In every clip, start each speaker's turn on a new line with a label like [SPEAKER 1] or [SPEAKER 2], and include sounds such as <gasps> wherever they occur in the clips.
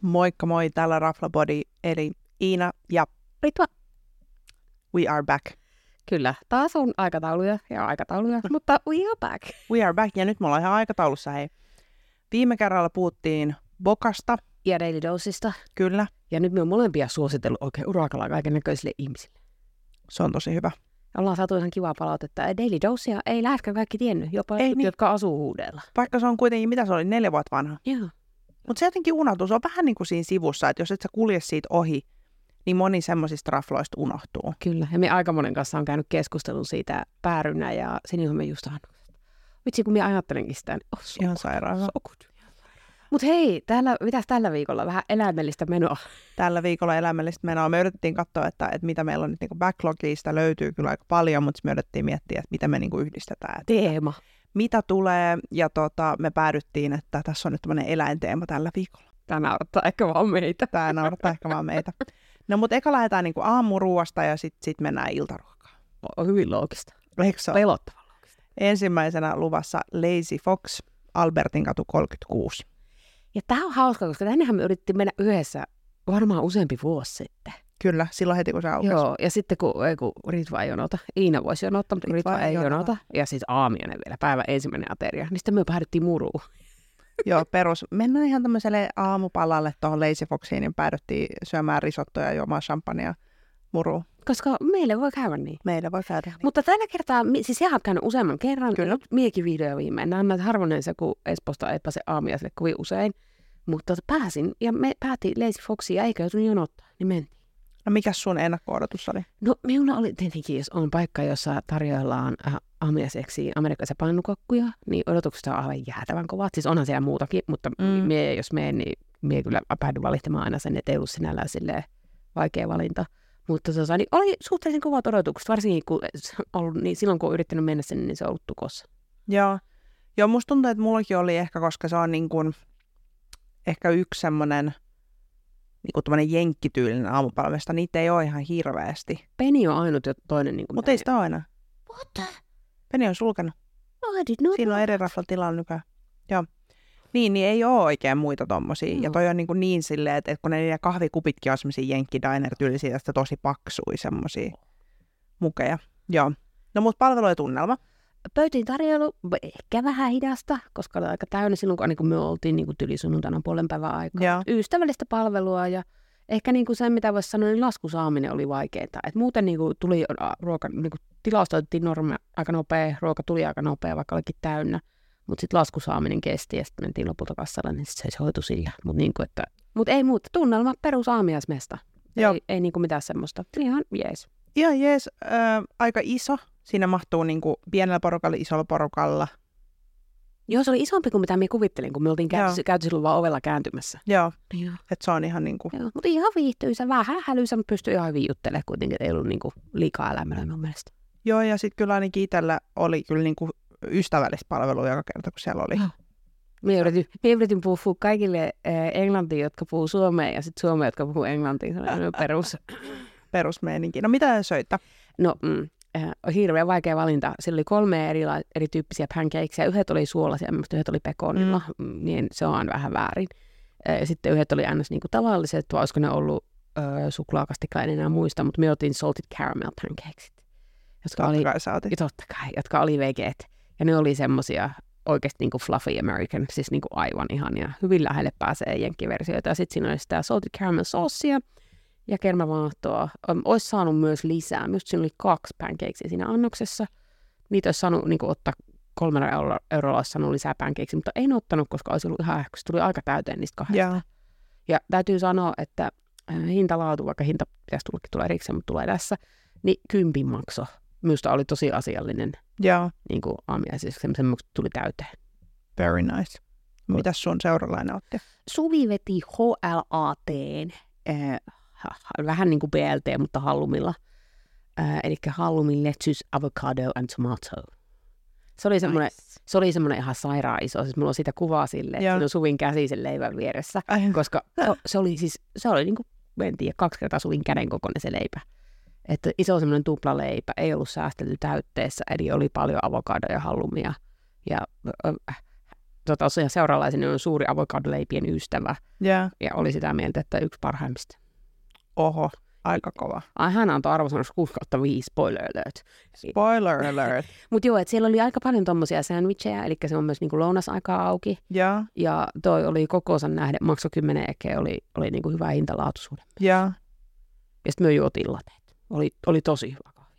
[SPEAKER 1] Moikka moi, täällä Raflabody, eli Iina ja
[SPEAKER 2] Ritva.
[SPEAKER 1] we are back.
[SPEAKER 2] Kyllä, taas on aikatauluja ja <laughs> aikatauluja, mutta we are back.
[SPEAKER 1] We are back, ja nyt me ollaan ihan aikataulussa, hei. Viime kerralla puhuttiin Bokasta,
[SPEAKER 2] Ja Daily Dosista.
[SPEAKER 1] kyllä,
[SPEAKER 2] Ja nyt me on molempia suositellut oikein urakalla kaiken näköisille ihmisille.
[SPEAKER 1] se on tosi hyvä.
[SPEAKER 2] Ja ollaan saatu ihan kivaa palautetta. Ja Daily Dosea ei läheskään kaikki tiennyt, jopa
[SPEAKER 1] Ei
[SPEAKER 2] ei,
[SPEAKER 1] niin.
[SPEAKER 2] niin. jotka asuu huudella.
[SPEAKER 1] Vaikka se on kuitenkin, mitä se oli, neljä vuotta vanha.
[SPEAKER 2] Joo.
[SPEAKER 1] Mutta se jotenkin unohtuu, se on vähän niin kuin siinä sivussa, että jos et sä kulje siitä ohi, niin moni semmoisista rafloista unohtuu.
[SPEAKER 2] Kyllä, ja me aika monen kanssa on käynyt keskustelun siitä päärynä ja sinihomme just Vitsi, kun minä ajattelenkin sitä, niin oh, so
[SPEAKER 1] Ihan
[SPEAKER 2] good,
[SPEAKER 1] sairaan.
[SPEAKER 2] So good. Mut hei, täällä, mitäs tällä viikolla? Vähän eläimellistä menoa.
[SPEAKER 1] Tällä viikolla eläimellistä menoa me yritettiin katsoa, että, että mitä meillä on nyt niin backlogista, löytyy kyllä aika paljon, mutta me yritettiin miettiä, että mitä me niin yhdistetään. Että
[SPEAKER 2] Teema.
[SPEAKER 1] mitä tulee, ja tota, me päädyttiin, että tässä on nyt tämmöinen eläinteema tällä viikolla.
[SPEAKER 2] Tämä naurattaa ehkä vaan meitä.
[SPEAKER 1] Tämä naurattaa ehkä vaan meitä. No mutta eka lähdetään niinku aamuruuasta ja sitten sit mennään iltaruokaan.
[SPEAKER 2] On hyvin loogista.
[SPEAKER 1] Eikö se ole?
[SPEAKER 2] Pelottava.
[SPEAKER 1] Ensimmäisenä luvassa Lazy Fox, Albertin katu 36.
[SPEAKER 2] Ja tämä on hauska, koska tännehän me yritettiin mennä yhdessä varmaan useampi vuosi sitten.
[SPEAKER 1] Kyllä, silloin heti kun se aukesi.
[SPEAKER 2] Joo, ja sitten kun, ei, kun Ritva ei jonota, Iina voisi jonottaa, mutta
[SPEAKER 1] Ritva
[SPEAKER 2] Ritva,
[SPEAKER 1] ei
[SPEAKER 2] ei
[SPEAKER 1] jonota.
[SPEAKER 2] jonota. Ja sitten aamiainen vielä, päivän ensimmäinen ateria. Niin sitten me päädyttiin muruun.
[SPEAKER 1] Joo, perus. Mennään ihan tämmöiselle aamupalalle tuohon Lazy Foxiin, niin päädyttiin syömään risottoja ja juomaan champagnea muru.
[SPEAKER 2] Koska meille voi käydä niin.
[SPEAKER 1] Meillä voi käydä. Niin.
[SPEAKER 2] Mutta tällä kertaa, mi- siis sehän on käynyt useamman kerran.
[SPEAKER 1] Kyllä.
[SPEAKER 2] Kyllä. Miekin vihdoin ja viimein. Nämä on näitä harvoinen se, kun Esposta ei pääse aamiaiselle kovin usein. Mutta pääsin, ja me päätin Lazy Foxia, eikä joutunut jonottaa, niin mentiin.
[SPEAKER 1] No mikä sun ennakko-odotus oli?
[SPEAKER 2] No minulla oli tietenkin, jos on paikka, jossa tarjoillaan äh, aamiaiseksi amerikkalaisia pannukakkuja, niin odotukset on aivan jäätävän kovat. Siis onhan siellä muutakin, mutta
[SPEAKER 1] Mm.
[SPEAKER 2] mm. mie, jos menen, niin mie kyllä päädyn valittamaan aina sen, että ei ollut sinällään silleen vaikea valinta. Mutta tota, niin oli suhteellisen kovat odotukset, varsinkin kun se on ollut, niin silloin kun on yrittänyt mennä sinne, niin se on ollut tukossa.
[SPEAKER 1] Joo. Joo, musta tuntuu, että mullakin oli ehkä, koska se on niin kuin, ehkä yksi semmoinen niin kuin jenkkityylinen aamupalvesta. Niitä ei ole ihan hirveästi.
[SPEAKER 2] Peni on ainut ja toinen. Niin
[SPEAKER 1] Mutta ei sitä ole aina.
[SPEAKER 2] What the?
[SPEAKER 1] Peni on sulkenut.
[SPEAKER 2] No, I did not
[SPEAKER 1] Siinä on eri raflan tilalla nykyään. Joo. Niin, niin ei ole oikein muita tommosia. Ja
[SPEAKER 2] Joo.
[SPEAKER 1] toi on niin, kuin niin silleen, että, että kun ne niiden kahvikupitkin on semmosia jenkkidiner-tyylisiä, ja sitten tosi paksui semmosia mukeja. Joo. No mut palvelu ja tunnelma.
[SPEAKER 2] pöytiin tarjoilu v- ehkä vähän hidasta, koska oli aika täynnä silloin, kun aina kun me oltiin niin tylisunnuntaina puolen päivän aikaa.
[SPEAKER 1] Joo.
[SPEAKER 2] Ystävällistä palvelua ja ehkä niin kuin se, mitä voisi sanoa, niin laskun saaminen oli vaikeaa. Et muuten niin kuin tuli a, ruoka, niin kuin tilausta otettiin norma, aika nopea, ruoka tuli aika nopea, vaikka olikin täynnä. Mutta sitten lasku saaminen kesti ja sitten mentiin lopulta kassalle, niin sit se hoitui sillä. Mutta niin kuin, että... Mut ei muuta, tunnelma perus aamiaismesta.
[SPEAKER 1] Joo.
[SPEAKER 2] Ei, ei niin kuin mitään semmoista. Ihan jees.
[SPEAKER 1] Ihan jees, ö, aika iso. Siinä mahtuu niinku pienellä porukalla, isolla porukalla.
[SPEAKER 2] Joo, se oli isompi kuin mitä minä kuvittelin, kun me oltiin
[SPEAKER 1] Joo.
[SPEAKER 2] käyty, käyty silloin vaan ovella kääntymässä.
[SPEAKER 1] Joo,
[SPEAKER 2] Joo.
[SPEAKER 1] että se on ihan niinku,
[SPEAKER 2] Joo, mutta ihan viihtyisä, vähän hälyisä, mutta pystyy ihan hyvin juttelemaan kuitenkin, että ei ollut niinku liikaa elämää mun mielestä.
[SPEAKER 1] joo ja sitten kyllä ainakin itsellä oli kyllä niinku ystävällistä palvelua joka kerta, kun siellä <laughs> oli.
[SPEAKER 2] Joo. Minä yritin, minä yritin puhua kaikille eh, englantia, jotka puhuu suomea ja sitten suomea, jotka puhuu englantia. Se on perus.
[SPEAKER 1] Perusmeininki. No mitä söitä?
[SPEAKER 2] No, mm, eh, on hirveän vaikea valinta. Sillä oli kolme erila- erityyppisiä pancakesia. Yhdet oli suolaisia, mutta yhdet oli pekonilla, mm. niin se on aina vähän väärin. Eh, ja sitten yhdet oli aina niinku tavalliset, vai olisiko ne ollut ö, suklaakastikka, en enää muista, mutta me otin salted caramel pancakesit, jotka oli
[SPEAKER 1] Totta kai sä otit.
[SPEAKER 2] Ja totta kai, jotka oli vegeet. Ja ne oli semmosia oikeasti niinku fluffy American, siis niinku aivan ihania. Hyvin lähelle pääsee jenkkiversioita. Ja sitten siinä oli sitä salted caramel saucia ja kermavaahtoa. Olisi saanut myös lisää. Myös siinä oli kaksi pancakesia siinä annoksessa. Niitä olisi saanut niinku ottaa kolmella euro- eurolla olisi saanut lisää pancakesia, mutta en ottanut, koska olisi ollut ihan kun se tuli aika täyteen niistä kahdesta.
[SPEAKER 1] Joo.
[SPEAKER 2] Ja täytyy sanoa, että äh, hintalaatu, vaikka hinta pitäisi tullakin tulla erikseen, mutta tulee tässä, niin kympin makso. Minusta oli tosi asiallinen
[SPEAKER 1] Joo.
[SPEAKER 2] niin kuin aamiaisissa, semmoisen mukset tuli täyteen.
[SPEAKER 1] Very nice. Mitäs sun seuralainen otti?
[SPEAKER 2] Suvi veti HLAT,
[SPEAKER 1] Eh,
[SPEAKER 2] äh, vähän niin kuin BLT, mutta hallumilla. Äh, eli hallumin lettuce, avocado and tomato. Se oli semmoinen, se oli semmoinen ihan sairaan iso. Siis mulla on sitä kuvaa silleen,
[SPEAKER 1] Joo.
[SPEAKER 2] että siinä on Suvin käsi sen leivän vieressä.
[SPEAKER 1] Ai,
[SPEAKER 2] koska se, se oli siis, se oli niin kuin, en tiedä, kaksi kertaa suvin käden kokoinen se leipä. Että iso semmoinen tuplaleipä, ei ollut säästelty täytteessä, eli oli paljon avokadoja, hallumia ja ö, ö, tota, se- seuralaiseni on suuri avokadoleipien ystävä
[SPEAKER 1] Yeah.
[SPEAKER 2] ja oli sitä mieltä, että yksi parhaimmista.
[SPEAKER 1] Oho, aika kova.
[SPEAKER 2] Ai, hän antoi arvosanas 6 kautta 5 spoiler alert.
[SPEAKER 1] Spoiler <laughs> alert.
[SPEAKER 2] Mutta joo, et siellä oli aika paljon tommosia sandwicheja, eli se on myös niinku lounasaikaa auki.
[SPEAKER 1] Yeah,
[SPEAKER 2] Ja toi oli kokoonsa nähden, maksoi 10 ekeä, oli, oli niinku hyvä hintalaatuisuuden.
[SPEAKER 1] yeah.
[SPEAKER 2] Ja sitten me juotiin lateet. Oli, oli tosi hyvä kahvi.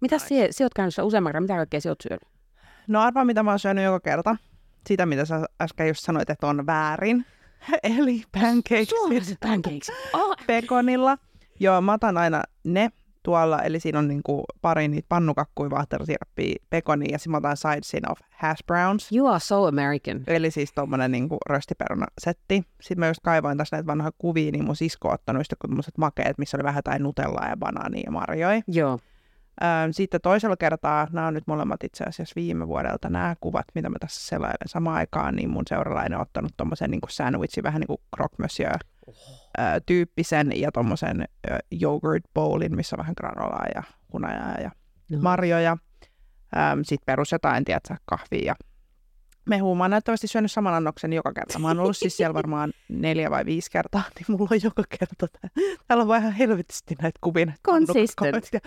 [SPEAKER 2] Mitä
[SPEAKER 1] Nice.
[SPEAKER 2] se, se oot käynyt siellä useamman kerran, mitä kaikkea se oot syönyt?
[SPEAKER 1] No arvaa, mitä mä oon syönyt joka kerta. Sitä, mitä sä äsken just sanoit, että on väärin. <laughs> Eli pancakes
[SPEAKER 2] Suomalaiset <laughs> pancakes. Oh,
[SPEAKER 1] pekonilla. Joo, mä otan aina ne tuolla, eli siinä on niinku pari niitä pannukakkuja, vaahterasirppia, pekonia ja sitten mä otan sidesin of hash browns.
[SPEAKER 2] you are so American.
[SPEAKER 1] Eli siis tuommoinen niinku röstiperunasetti. Sitten mä just kaivoin tässä näitä vanhoja kuvia, niin mun sisko on ottanut just tämmöiset makeet, missä oli vähän jotain nutellaa ja banaania ja marjoja.
[SPEAKER 2] Joo.
[SPEAKER 1] Öm, Öö, Sitten toisella kertaa, nämä on nyt molemmat itse asiassa viime vuodelta, nämä kuvat, mitä mä tässä selailen samaan aikaan, niin mun seuralainen on ottanut tuommoisen niin sandwichin, vähän niin kuin croque
[SPEAKER 2] Oh.
[SPEAKER 1] tyyppisen ja tuommoisen yogurt bowlin, missä on vähän granolaa ja hunajaa ja
[SPEAKER 2] No.
[SPEAKER 1] marjoja. Sitten perus jotain, tiedätkö, kahvia ja mehua. Mä oon näyttävästi syönyt saman annoksen joka kerta. Mä oon ollut siis siellä varmaan neljä vai viisi kertaa, niin mulla on joka kerta. tää- Täällä on vaan ihan helvetisti näitä kuvia. näitä
[SPEAKER 2] Consistent.
[SPEAKER 1] pannukakkoja.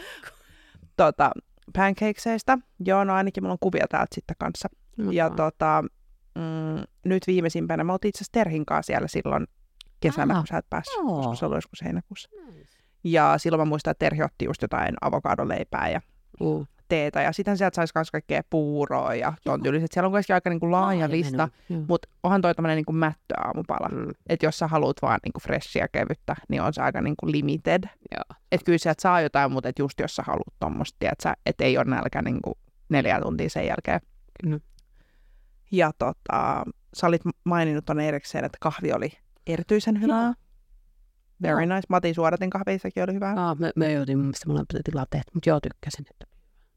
[SPEAKER 1] Tota, pancakeseista. Joo, no ainakin mulla on kuvia täältä sitten kanssa. Ja tota, mm, nyt viimeisimpänä, mä oltiin itse asiassa Terhin kanssa siellä silloin kesällä,
[SPEAKER 2] Ah.
[SPEAKER 1] kun sä et päässyt.
[SPEAKER 2] Joo.
[SPEAKER 1] Joskus se oli joskus heinäkuussa. Ja silloin mä muistan, että Terhi otti just jotain avokadoleipää ja
[SPEAKER 2] Uh,
[SPEAKER 1] teetä. Ja sitten sieltä saisi myös kaikkea puuroa ja ton tyyliset. Siellä on kuitenkin aika niinku laaja lista. Mutta onhan toi tämmöinen niinku mättöaamupala. Mm.
[SPEAKER 2] Mm.
[SPEAKER 1] Että jos sä haluat vaan niinku freshia kevyttä, niin on se aika niinku limited.
[SPEAKER 2] Joo.
[SPEAKER 1] Että kyllä sieltä saa jotain, mutta et just jos sä haluat tuommoista, että et ei ole nälkä niinku neljä tuntia sen jälkeen.
[SPEAKER 2] Kyllä.
[SPEAKER 1] Ja tota, sä olit maininnut tuonne erikseen, että kahvi oli erityisen hyvää. Very nice. Mä otin suodatin kahvi, sekin oli hyvää.
[SPEAKER 2] Ah, me, me joutin mun mielestä mulla piti lateet, mutta joo tykkäsin. Että.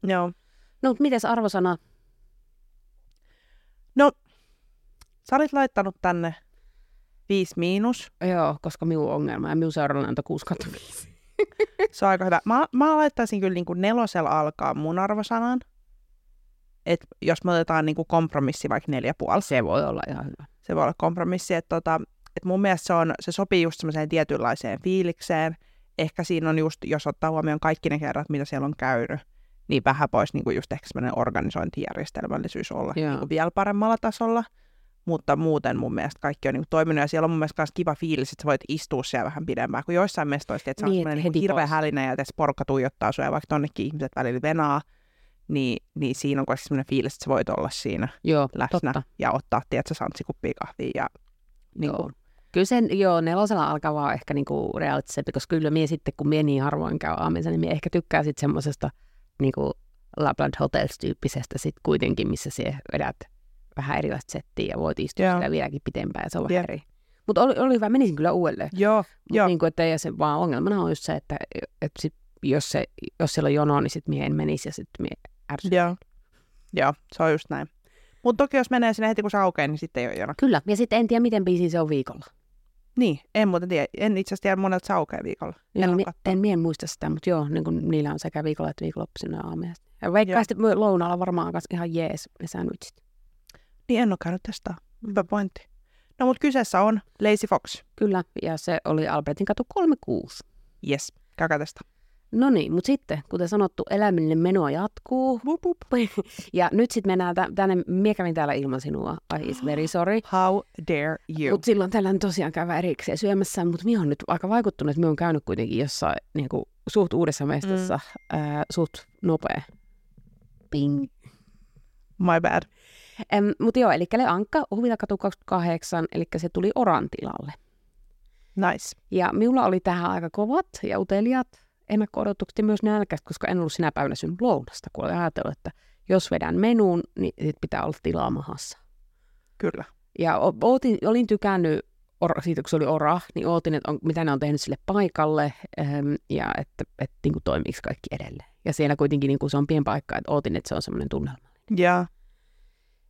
[SPEAKER 1] Joo.
[SPEAKER 2] No, mutta mites arvosana?
[SPEAKER 1] Sä olit laittanut tänne 5 miinus.
[SPEAKER 2] Joo, koska minun ongelma ja minun seurallani antoi 6 kautta 5.
[SPEAKER 1] Se on aika hyvä. Mä, mä laittaisin kyllä niin kuin nelosella alkaa mun arvosanan. Et jos me otetaan niin kuin kompromissi vaikka neljä puoli,
[SPEAKER 2] Se voi olla ihan hyvä.
[SPEAKER 1] se voi olla kompromissi. Et tota, et mun mielestä se, on, se sopii just semmoiseen tietynlaiseen fiilikseen. Ehkä siinä on just, jos ottaa huomioon kaikki ne kerrat, mitä siellä on käynyt, niin vähän pois niin kuin just ehkä semmoinen organisointijärjestelmällisyys olla
[SPEAKER 2] Joo.
[SPEAKER 1] kuin niinku vielä paremmalla tasolla. Mutta muuten mun mielestä kaikki on niin toiminut ja siellä on mun mielestä myös kiva fiilis, että sä voit istua siellä vähän pidempään, kun joissain mestoissa, että se on
[SPEAKER 2] Niin, et
[SPEAKER 1] niin,
[SPEAKER 2] heti
[SPEAKER 1] niin hirveä
[SPEAKER 2] pois.
[SPEAKER 1] hälinä ja tässä porukka tuijottaa sua ja vaikka tonnekin ihmiset välillä venaa, niin, niin siinä on kuitenkin sellainen fiilis, että sä voit olla siinä
[SPEAKER 2] Joo,
[SPEAKER 1] läsnä
[SPEAKER 2] totta.
[SPEAKER 1] ja ottaa, tiedätkö, santsikuppi kahvia ja niin
[SPEAKER 2] Joo.
[SPEAKER 1] kuin,
[SPEAKER 2] Kyllä sen, joo, nelosella alkaa vaan ehkä niinku realistisempi, koska kyllä mie sitten, kun mie niin harvoin käy aamissa, niin mie ehkä tykkää sitten semmoisesta niinku Lapland Hotels-tyyppisestä sit kuitenkin, missä se vedät vähän erilaista settiä ja voit istua
[SPEAKER 1] Joo.
[SPEAKER 2] yeah. vieläkin pitempään ja se on
[SPEAKER 1] Jep.
[SPEAKER 2] vähän eri. Mutta oli, oli hyvä, menisin kyllä uudelleen.
[SPEAKER 1] Joo,
[SPEAKER 2] Mutta niinku, että ja se vaan ongelmana on just se, että et sit, jos, se, jos siellä on jono, niin sitten mie en menisi ja sitten mie ärsyttää.
[SPEAKER 1] joo. Joo, se on just näin. Mutta toki jos menee sinne heti kun se aukeaa, niin sitten ei ole jona.
[SPEAKER 2] Kyllä, ja sitten en tiedä, miten biisi se on viikolla.
[SPEAKER 1] Niin, en muuten tiedä. En itse asiassa tiedä monelta se aukeaa viikolla. En
[SPEAKER 2] Joo,
[SPEAKER 1] ole
[SPEAKER 2] mi-
[SPEAKER 1] kattonut.
[SPEAKER 2] en, mie en muista sitä, mutta joo, niin kuin niillä on sekä viikolla että viikonloppuisena ja aamiaista. Ja veikkaan
[SPEAKER 1] Joo.
[SPEAKER 2] sitten myö- lounaalla varmaan kanssa ihan jees ne sandwichit.
[SPEAKER 1] Niin en ole käynyt testaa. Hyvä pointti. No mutta kyseessä on Lazy Fox.
[SPEAKER 2] Kyllä, ja se oli Albertin katu 36.
[SPEAKER 1] Yes, käykää tästä.
[SPEAKER 2] No niin, mutta sitten, kuten sanottu, eläminen menoa jatkuu.
[SPEAKER 1] Wup, wup.
[SPEAKER 2] <laughs> Ja nyt sitten mennään tä- tänne, mie kävin täällä ilman sinua, I is <gasps> very sorry.
[SPEAKER 1] How dare you?
[SPEAKER 2] Mutta silloin täällä on tosiaan käydä erikseen syömässä, mutta minä on nyt aika vaikuttunut, että minä on käynyt kuitenkin jossain niin kuin, suht uudessa mestassa, mm. ää, suht nopea. Ping.
[SPEAKER 1] My bad.
[SPEAKER 2] Mutta joo, eli Le Ankka, Huvitakatu 28, eli se tuli Oran tilalle.
[SPEAKER 1] Nice.
[SPEAKER 2] Ja minulla oli tähän aika kovat ja uteliaat ennakko-odotukset ja myös nälkäiset, koska en ollut sinä päivänä syönyt lounasta, kun olin ajatellut, että jos vedän menuun, niin sit pitää olla tilaa mahassa.
[SPEAKER 1] Kyllä.
[SPEAKER 2] Ja o- ootin, olin tykännyt or, siitä, kun se oli ora, niin ootin, että on, mitä ne on tehnyt sille paikalle äm, ja että, että niin kuin toimiiko kaikki edelleen. Ja siellä kuitenkin niin kuin se on pieni paikka, että ootin, että se on semmoinen tunnelma.
[SPEAKER 1] Ja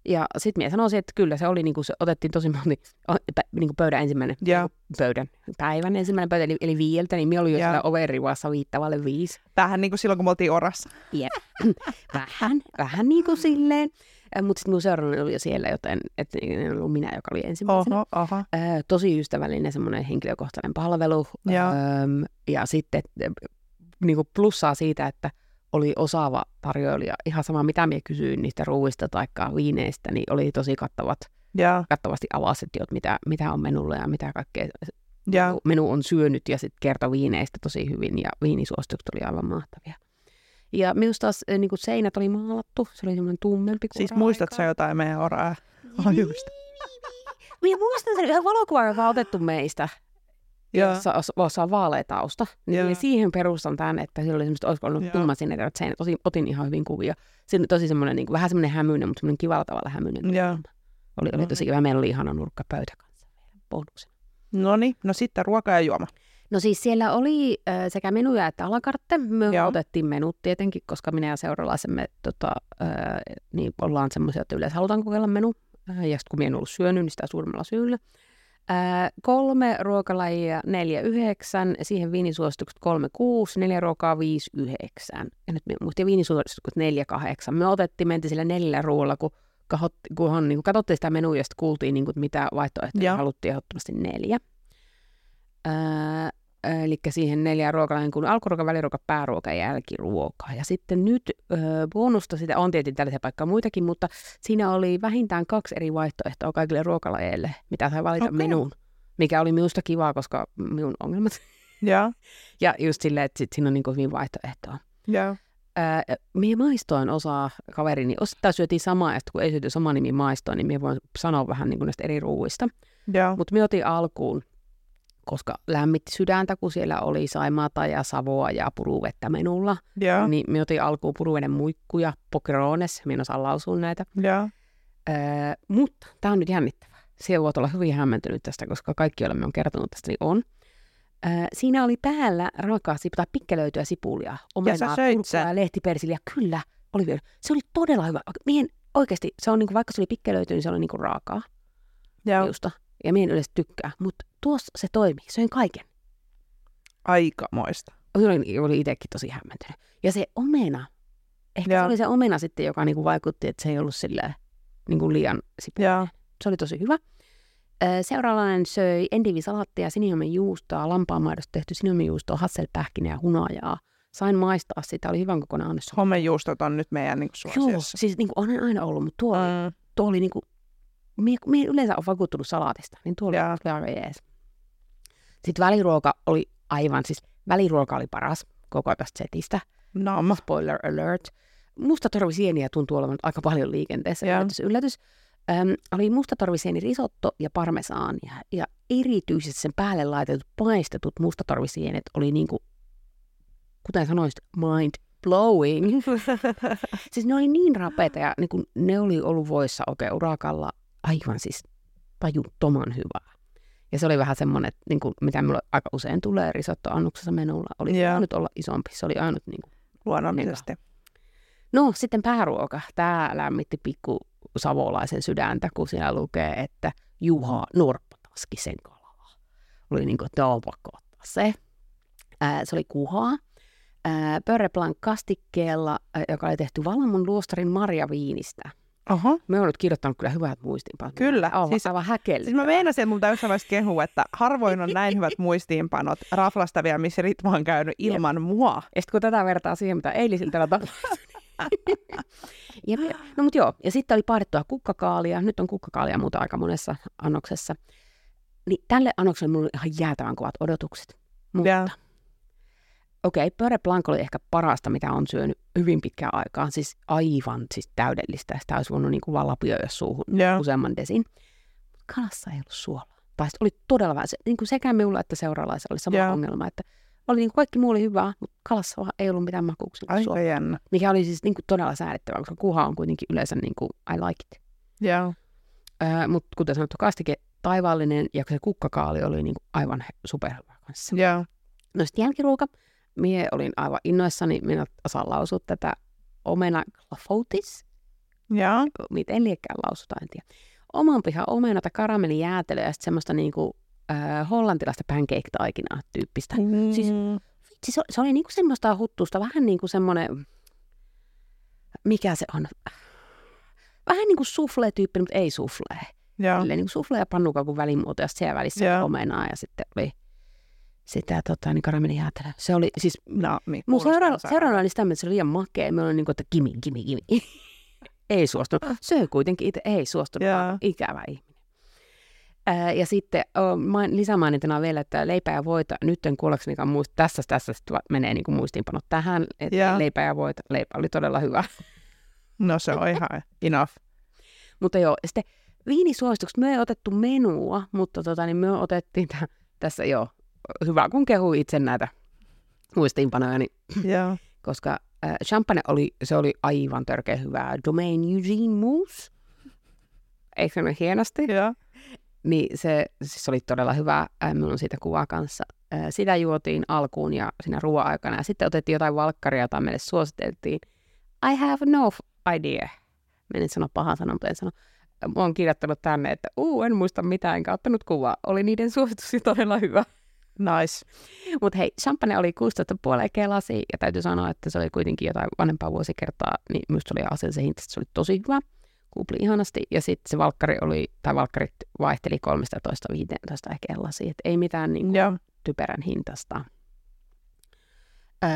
[SPEAKER 2] Ja sitten minä sanoisin, että kyllä se oli, niin kuin se otettiin tosi moni, o- pä- niin kuin pöydän ensimmäinen,
[SPEAKER 1] Joo.
[SPEAKER 2] pöydän, päivän ensimmäinen pöydä, eli, eli viieltä, niin minä olin jo
[SPEAKER 1] Joo.
[SPEAKER 2] siellä overrivassa viittavalle viisi.
[SPEAKER 1] niinku vähän niin kuin silloin, kun me oltiin orassa.
[SPEAKER 2] Vähän, vähän niin kuin silleen. Mutta sitten mun seurallani oli jo siellä, joten et, en ollut minä, joka oli ensimmäisenä.
[SPEAKER 1] Oho, oho.
[SPEAKER 2] Ö, tosi ystävällinen semmoinen henkilökohtainen palvelu.
[SPEAKER 1] Joo.
[SPEAKER 2] Öm, ja sitten niin kuin plussaa siitä, että oli osaava tarjoilija. Ihan sama, mitä minä kysyin niistä ruuista tai viineistä, niin oli tosi kattavat,
[SPEAKER 1] Joo,
[SPEAKER 2] kattavasti avaset, mitä, mitä on menulla ja mitä kaikkea
[SPEAKER 1] joo.
[SPEAKER 2] kun menu on syönyt ja sitten kertoi viineistä tosi hyvin ja viinisuositukset oli aivan mahtavia. Ja minusta taas eh, niin kuin seinät oli maalattu, se oli semmoinen tummempi kuin Niin,
[SPEAKER 1] Siis muistat sä jotain meidän oraa? Oh, just.
[SPEAKER 2] <laughs> Minä niin. muistan sen valokuva, joka on otettu meistä,
[SPEAKER 1] Joo.
[SPEAKER 2] jossa os- jossa on vaalea tausta. Niin
[SPEAKER 1] Joo.
[SPEAKER 2] minä siihen perustan tämän, että siellä oli semmoista, olisiko ollut
[SPEAKER 1] Joo.
[SPEAKER 2] tumma sinne, että seinät, otin, otin ihan hyvin kuvia. Siinä oli tosi semmoinen, niin kuin, vähän semmoinen hämyinen, mutta semmoinen kivalla tavalla hämyinen.
[SPEAKER 1] Joo.
[SPEAKER 2] Oli, oli
[SPEAKER 1] Niin. Joo.
[SPEAKER 2] tosi hyvä, meillä oli ihana nurkkapöytä kanssa vielä bonuksena.
[SPEAKER 1] No niin, no sitten ruoka ja juoma.
[SPEAKER 2] No siis siellä oli äh, sekä menuja että alakartte. Me
[SPEAKER 1] Joo.
[SPEAKER 2] otettiin menut tietenkin, koska minä ja seuralaisemme tota, äh, niin ollaan semmoisia, että yleensä halutaan kokeilla menu. Äh, ja sitten kun minä en ollut syönyt, niin sitä suuremmalla syyllä. Äh, kolme ruokalajia, neljä yhdeksän, siihen viinisuositukset kolme kuusi, neljä ruokaa viisi yhdeksän. Ja nyt minä muistin viinisuositukset neljä kahdeksan. Me otettiin, mentiin sillä neljällä ruoalla, kun, kahot, kunhan niin kuin katsottiin sitä menua ja sitten kuultiin, niin kuin, mitä vaihtoehtoja
[SPEAKER 1] Joo.
[SPEAKER 2] haluttiin ehdottomasti neljä. Äh, eli siihen neljään ruokalaan, kun alkuruoka, väliruoka, pääruoka ja jälkiruoka. Ja sitten nyt ö, bonusta sitä on tietenkin tällaisia paikkaa muitakin, mutta siinä oli vähintään kaksi eri vaihtoehtoa kaikille ruokalajeille, mitä sai valita
[SPEAKER 1] Okei.
[SPEAKER 2] okay. menuun. Mikä oli minusta kivaa, koska minun ongelmat. <laughs>
[SPEAKER 1] Joo,
[SPEAKER 2] Ja just silleen, että sit siinä on niin kuin hyvin vaihtoehtoa.
[SPEAKER 1] joo.
[SPEAKER 2] Öö, minä maistoin osaa kaverini, niin osittain syötiin samaa, ja sitten kun ei syöty sama nimi maistoin, niin minä voin sanoa vähän niin kuin näistä eri ruuista.
[SPEAKER 1] Joo,
[SPEAKER 2] Mutta me otin alkuun, koska lämmitti sydäntä, kun siellä oli saimaata ja savoa ja puruvettä menulla.
[SPEAKER 1] joo,
[SPEAKER 2] Niin me otin alkuun puruveden muikkuja, pokrones, minä en osaa lausua näitä.
[SPEAKER 1] joo.
[SPEAKER 2] Öö, mutta tämä on nyt jännittävää. Se voit olla hyvin hämmentynyt tästä, koska kaikki, joille me on kertonut tästä, niin on. Öö, siinä oli päällä raakaa sipu- tai pikkelöityä sipulia, omenaa,
[SPEAKER 1] söit
[SPEAKER 2] kurkkua
[SPEAKER 1] sen?
[SPEAKER 2] ja lehtipersiliä. Kyllä, oli vielä. Se oli todella hyvä. Mien, oikeasti, se on, niinku, vaikka se oli pikkelöity, niin se oli niinku raakaa
[SPEAKER 1] joo.
[SPEAKER 2] juusta. Ja minä en yleensä tykkää, mutta tuossa se toimi. Söin kaiken.
[SPEAKER 1] Aikamoista.
[SPEAKER 2] Olin, olin itsekin tosi hämmentynyt. Ja se omena, ehkä
[SPEAKER 1] Joo.
[SPEAKER 2] se oli se omena sitten, joka niinku vaikutti, että se ei ollut sillä niinku liian sipuli.
[SPEAKER 1] Joo,
[SPEAKER 2] Se oli tosi hyvä. Ö, Seuraavainen söi endivisalaattia, sinihomen juustoa, lampaanmaidosta tehty sinihomen juustoa, hasselpähkinää ja hunajaa. Sain maistaa sitä, oli hyvän kokonaan annos.
[SPEAKER 1] homejuustot on nyt meidän niin
[SPEAKER 2] Joo,
[SPEAKER 1] suosiossa.
[SPEAKER 2] siis niin kuin on aina ollut, mutta tuo, oli-
[SPEAKER 1] Mm,
[SPEAKER 2] tuo oli niin kuin, mie, mie yleensä on vakuuttunut salaatista, niin tuo oli,
[SPEAKER 1] Jaa.
[SPEAKER 2] oli aika jees. Sitten väliruoka oli aivan, siis väliruoka oli paras koko tästä setistä.
[SPEAKER 1] nam.
[SPEAKER 2] Spoiler alert. Mustatorvisieniä tuntuu olevan aika paljon liikenteessä.
[SPEAKER 1] Joo.
[SPEAKER 2] Yllätys, yllätys. Öm, oli mustatorvisieni risotto ja parmesaania. Ja erityisesti sen päälle laitetut paistetut mustatorvisienet oli niinku, kuten sanoisit, mind
[SPEAKER 1] <laughs>
[SPEAKER 2] blowing. siis ne oli niin rapeita ja niinku, ne oli ollut voissa oikein urakalla aivan siis tajuttoman hyvää. Ja se oli vähän semmoinen, että niin kuin, mitä mulle aika usein tulee risottoannoksessa menulla, oli
[SPEAKER 1] Joo.
[SPEAKER 2] yeah. nyt olla isompi. Se oli ainut niin
[SPEAKER 1] Luonnollisesti.
[SPEAKER 2] No sitten pääruoka. Tämä lämmitti pikku savolaisen sydäntä, kun siellä lukee, että Juha Norppataskisen kalaa. Oli niin kuin, että on pakko ottaa se. Ää, se oli kuhaa. Ää, Pörreplan kastikkeella, ää, joka oli tehty Valamon luostarin marjaviinistä.
[SPEAKER 1] Oho.
[SPEAKER 2] Me olen nyt kirjoittanut kyllä hyvät muistiinpanot.
[SPEAKER 1] Kyllä,
[SPEAKER 2] Aivan,
[SPEAKER 1] siis-
[SPEAKER 2] siis, aivan häkellyt.
[SPEAKER 1] Siis mä meinasin, että mun täytyy jossain vaiheessa kehua, että harvoin on näin
[SPEAKER 2] <laughs>
[SPEAKER 1] hyvät muistiinpanot raflasta vielä, missä Ritva on käynyt ilman mua.
[SPEAKER 2] Ja sitten kun tätä vertaa siihen, mitä eilisiltana tapahtui. Jep. <gasps> No mut joo, ja sitten oli paadettua kukkakaalia. Nyt on kukkakaalia muuta aika monessa annoksessa. Niin tälle annokselle mulla oli ihan jäätävän kovat odotukset. Mutta
[SPEAKER 1] Joo.
[SPEAKER 2] okei, okay, Pöre Blanc oli ehkä parasta, mitä on syönyt hyvin pitkään aikaan. Siis aivan siis täydellistä. Sitä olisi voinut niinku vaan lapioida suuhun
[SPEAKER 1] Joo.
[SPEAKER 2] useamman desin. Mut kalassa ei ollut suolaa. Tai sit oli todella vähän, se, niin kuin sekä minulla että seuralaisella oli sama
[SPEAKER 1] Joo.
[SPEAKER 2] ongelma, että oli niin kuin kaikki muu oli hyvää, mutta kalassa vaan ei ollut mitään makuuksia. kuin
[SPEAKER 1] Aika
[SPEAKER 2] suolaa.
[SPEAKER 1] jännä.
[SPEAKER 2] Mikä oli siis niin kuin todella säädettävää, koska kuha on kuitenkin yleensä niin kuin I like it.
[SPEAKER 1] Joo.
[SPEAKER 2] Öö, mutta kuten sanottu, kastike taivaallinen ja se kukkakaali oli niin kuin aivan he- superhyvä kanssa.
[SPEAKER 1] Joo.
[SPEAKER 2] No sitten jälkiruoka. Mie olin aivan innoissani, minä en osaan lausua tätä omena clafoutis
[SPEAKER 1] Joo.
[SPEAKER 2] miten liekkään lausutaan, en tiedä. Oman pihan omenata, karamelijäätelöä ja sitten semmoista niinku, äh, hollantilaista pancake-taikinaa tyyppistä. Siis-
[SPEAKER 1] Mm,
[SPEAKER 2] Vitsi, se, se oli niinku semmoista huttusta, vähän niinku semmoinen, mikä se on, vähän niin kuin sufle-tyyppi, mutta ei sufle.
[SPEAKER 1] Joo.
[SPEAKER 2] Silleen niin kuin sufle ja pannukka kuin välimuoto ja siellä välissä
[SPEAKER 1] Ah. Joo.
[SPEAKER 2] yeah. omenaa ja sitten oli sitä tota, niin karamellin jäätelöä. Se oli siis
[SPEAKER 1] No, mi-
[SPEAKER 2] Mun
[SPEAKER 1] kuulostaa
[SPEAKER 2] seura-
[SPEAKER 1] sairaalta.
[SPEAKER 2] seuraava oli sitä, että se oli liian makea. Me oli niin kuin, että kimi, kimi, kimi. <laughs> ei suostunut. Söi kuitenkin itse, ei suostunut.
[SPEAKER 1] Ah. Joo.
[SPEAKER 2] Yeah. Ikävä ihminen. Ää, ja sitten o, main, lisämainintana vielä, että leipää ja voita, nyt en kuuleksenikaan muista, tässä, tässä sit va- menee niin kuin muistiinpanot tähän, että
[SPEAKER 1] Joo.
[SPEAKER 2] yeah. leipää ja voita, leipä oli todella hyvä. <laughs>
[SPEAKER 1] No se on ihan enough.
[SPEAKER 2] mutta joo, ja sitten viinisuositukset, me ei otettu menua, mutta tota, niin me otettiin tä- tässä joo, hyvä kun kehu itse näitä muistiinpanoja, niin
[SPEAKER 1] Joo.
[SPEAKER 2] koska äh, champagne oli, se oli aivan törkeä hyvää. Domain Eugene Mousse. Eikö se mennyt hienosti?
[SPEAKER 1] Joo.
[SPEAKER 2] Niin se, siis se oli todella hyvä. Äh, minulla on siitä kuvaa kanssa. Äh, sitä juotiin alkuun ja siinä ruoan aikana. Ja sitten otettiin jotain valkkaria, jota meille suositeltiin. I have no f- idea. Menin sanoa pahan sanan, mutta en sano. Mä oon kirjoittanut tänne, että uu, en muista mitään, enkä ottanut kuvaa. Oli niiden suositus todella hyvä.
[SPEAKER 1] Nice.
[SPEAKER 2] Mutta hei, champagne oli 16,5 kelasi ja täytyy sanoa, että se oli kuitenkin jotain vanhempaa vuosikertaa, niin minusta se oli asiallisen hinta, se oli tosi hyvä. Kupli ihanasti ja sitten se valkkari oli, tai valkkarit vaihteli 13-15 ehkä kelasi, että ei mitään niin
[SPEAKER 1] Joo.
[SPEAKER 2] typerän hintasta. Öö,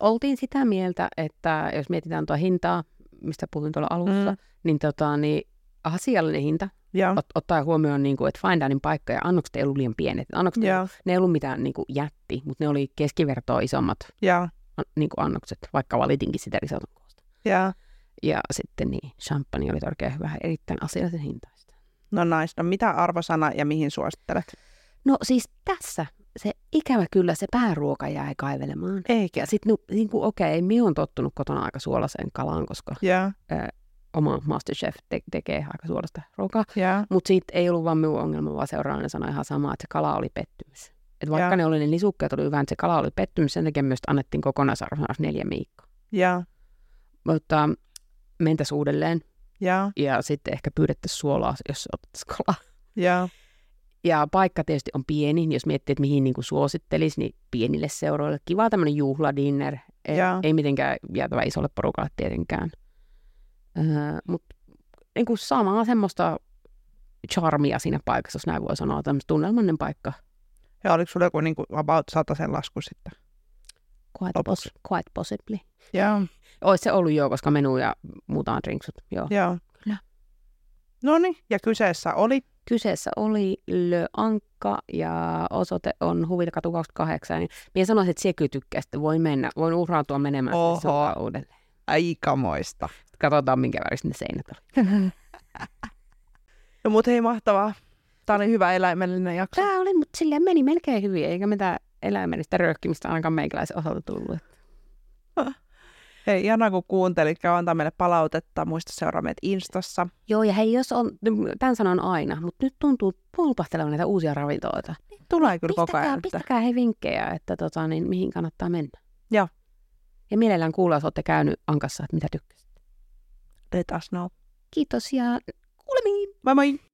[SPEAKER 2] oltiin sitä mieltä, että jos mietitään tuo hintaa, mistä puhuin tuolla
[SPEAKER 1] Mm.
[SPEAKER 2] alussa, mm. niin, tota, niin asiallinen hinta,
[SPEAKER 1] Joo.
[SPEAKER 2] ot- ottaa huomioon, niin kuin, että fine dining paikka ja annokset ei ollut liian pienet. Annokset
[SPEAKER 1] Joo.
[SPEAKER 2] ne ei ollut mitään niin kuin jätti, mutta ne oli keskivertoa isommat
[SPEAKER 1] Joo.
[SPEAKER 2] an- niin kuin annokset, vaikka valitinkin sitä risotun koosta.
[SPEAKER 1] Joo.
[SPEAKER 2] Ja sitten niin, champagne oli tärkeä hyvä, erittäin asiallisen hintaista.
[SPEAKER 1] No nice. No mitä arvosana ja mihin suosittelet?
[SPEAKER 2] No siis tässä se ikävä kyllä se pääruoka jäi kaivelemaan.
[SPEAKER 1] Eikä.
[SPEAKER 2] Ja sitten no, niin kuin okei, okay, minä olen tottunut kotona aika suolaseen kalaan, koska
[SPEAKER 1] Joo.
[SPEAKER 2] oma Masterchef te- tekee aika suolasta ruokaa.
[SPEAKER 1] Joo.
[SPEAKER 2] Mutta siitä ei ollut vaan minun ongelma, vaan seuraavana sanoi ihan sama, että se kala oli pettymys. Et vaikka
[SPEAKER 1] Joo.
[SPEAKER 2] ne oli ne lisukkeet oli hyvä, niin se kala oli pettymys, sen takia myös annettiin kokonaisarvosanaksi neljä miikkaa.
[SPEAKER 1] Joo.
[SPEAKER 2] Mutta tota, mentäs uudelleen
[SPEAKER 1] Joo.
[SPEAKER 2] ja sitten ehkä pyydettäisiin suolaa, jos otettaisiin kalaa.
[SPEAKER 1] Joo.
[SPEAKER 2] Ja paikka tietysti on pieni, niin jos miettii, että mihin niin kuin suosittelisi, niin pienille seuroille. Kiva tämmöinen juhladinner. Ei,
[SPEAKER 1] Joo.
[SPEAKER 2] ei mitenkään jäätävä isolle porukalle tietenkään. Öö, Mutta niin kuin samaa semmoista charmia siinä paikassa, jos näin voi sanoa. Tämmöistä tunnelmainen paikka.
[SPEAKER 1] Ja oliko sulla joku niin kuin about sen lasku sitten?
[SPEAKER 2] Quite,
[SPEAKER 1] Lopuksi.
[SPEAKER 2] pos- quite possibly.
[SPEAKER 1] Joo.
[SPEAKER 2] Ois se ollut jo, koska menu ja muutaan drinksut. Joo.
[SPEAKER 1] Joo.
[SPEAKER 2] Kyllä.
[SPEAKER 1] No niin, ja kyseessä oli.
[SPEAKER 2] Kyseessä oli Le Ankka ja osoite on Huvilkatu 28. Niin minä sanoisin, että siellä kyllä tykkää, että voi mennä, voin uhrautua menemään sinne
[SPEAKER 1] Oho.
[SPEAKER 2] suuntaan uudelleen.
[SPEAKER 1] Aikamoista.
[SPEAKER 2] Katsotaan, minkä väriset ne seinät oli.
[SPEAKER 1] <laughs> No mut hei, mahtavaa. Tämä oli hyvä eläimellinen jakso.
[SPEAKER 2] Tämä oli, mutta silleen meni melkein hyvin, eikä mitään eläimellistä röökkimistä ainakaan meikäläisen osalta tullut.
[SPEAKER 1] Hei, ihanaa kun kuuntelit. Käy antaa meille palautetta. Muista seuraa meidät Instassa.
[SPEAKER 2] Joo, ja hei, jos on, tämän sanon aina, mutta nyt tuntuu pulpahtelevan näitä uusia ravintoloita.
[SPEAKER 1] Tulee kyllä koko
[SPEAKER 2] Pistäkää,
[SPEAKER 1] ajan. että-
[SPEAKER 2] pistäkää he vinkkejä, että tota, niin, mihin kannattaa mennä.
[SPEAKER 1] Joo.
[SPEAKER 2] Ja mielellään kuulla, jos olette käynyt Ankassa, että mitä tykkäsit.
[SPEAKER 1] Let us know.
[SPEAKER 2] Kiitos ja kuulemiin!
[SPEAKER 1] Moi moi!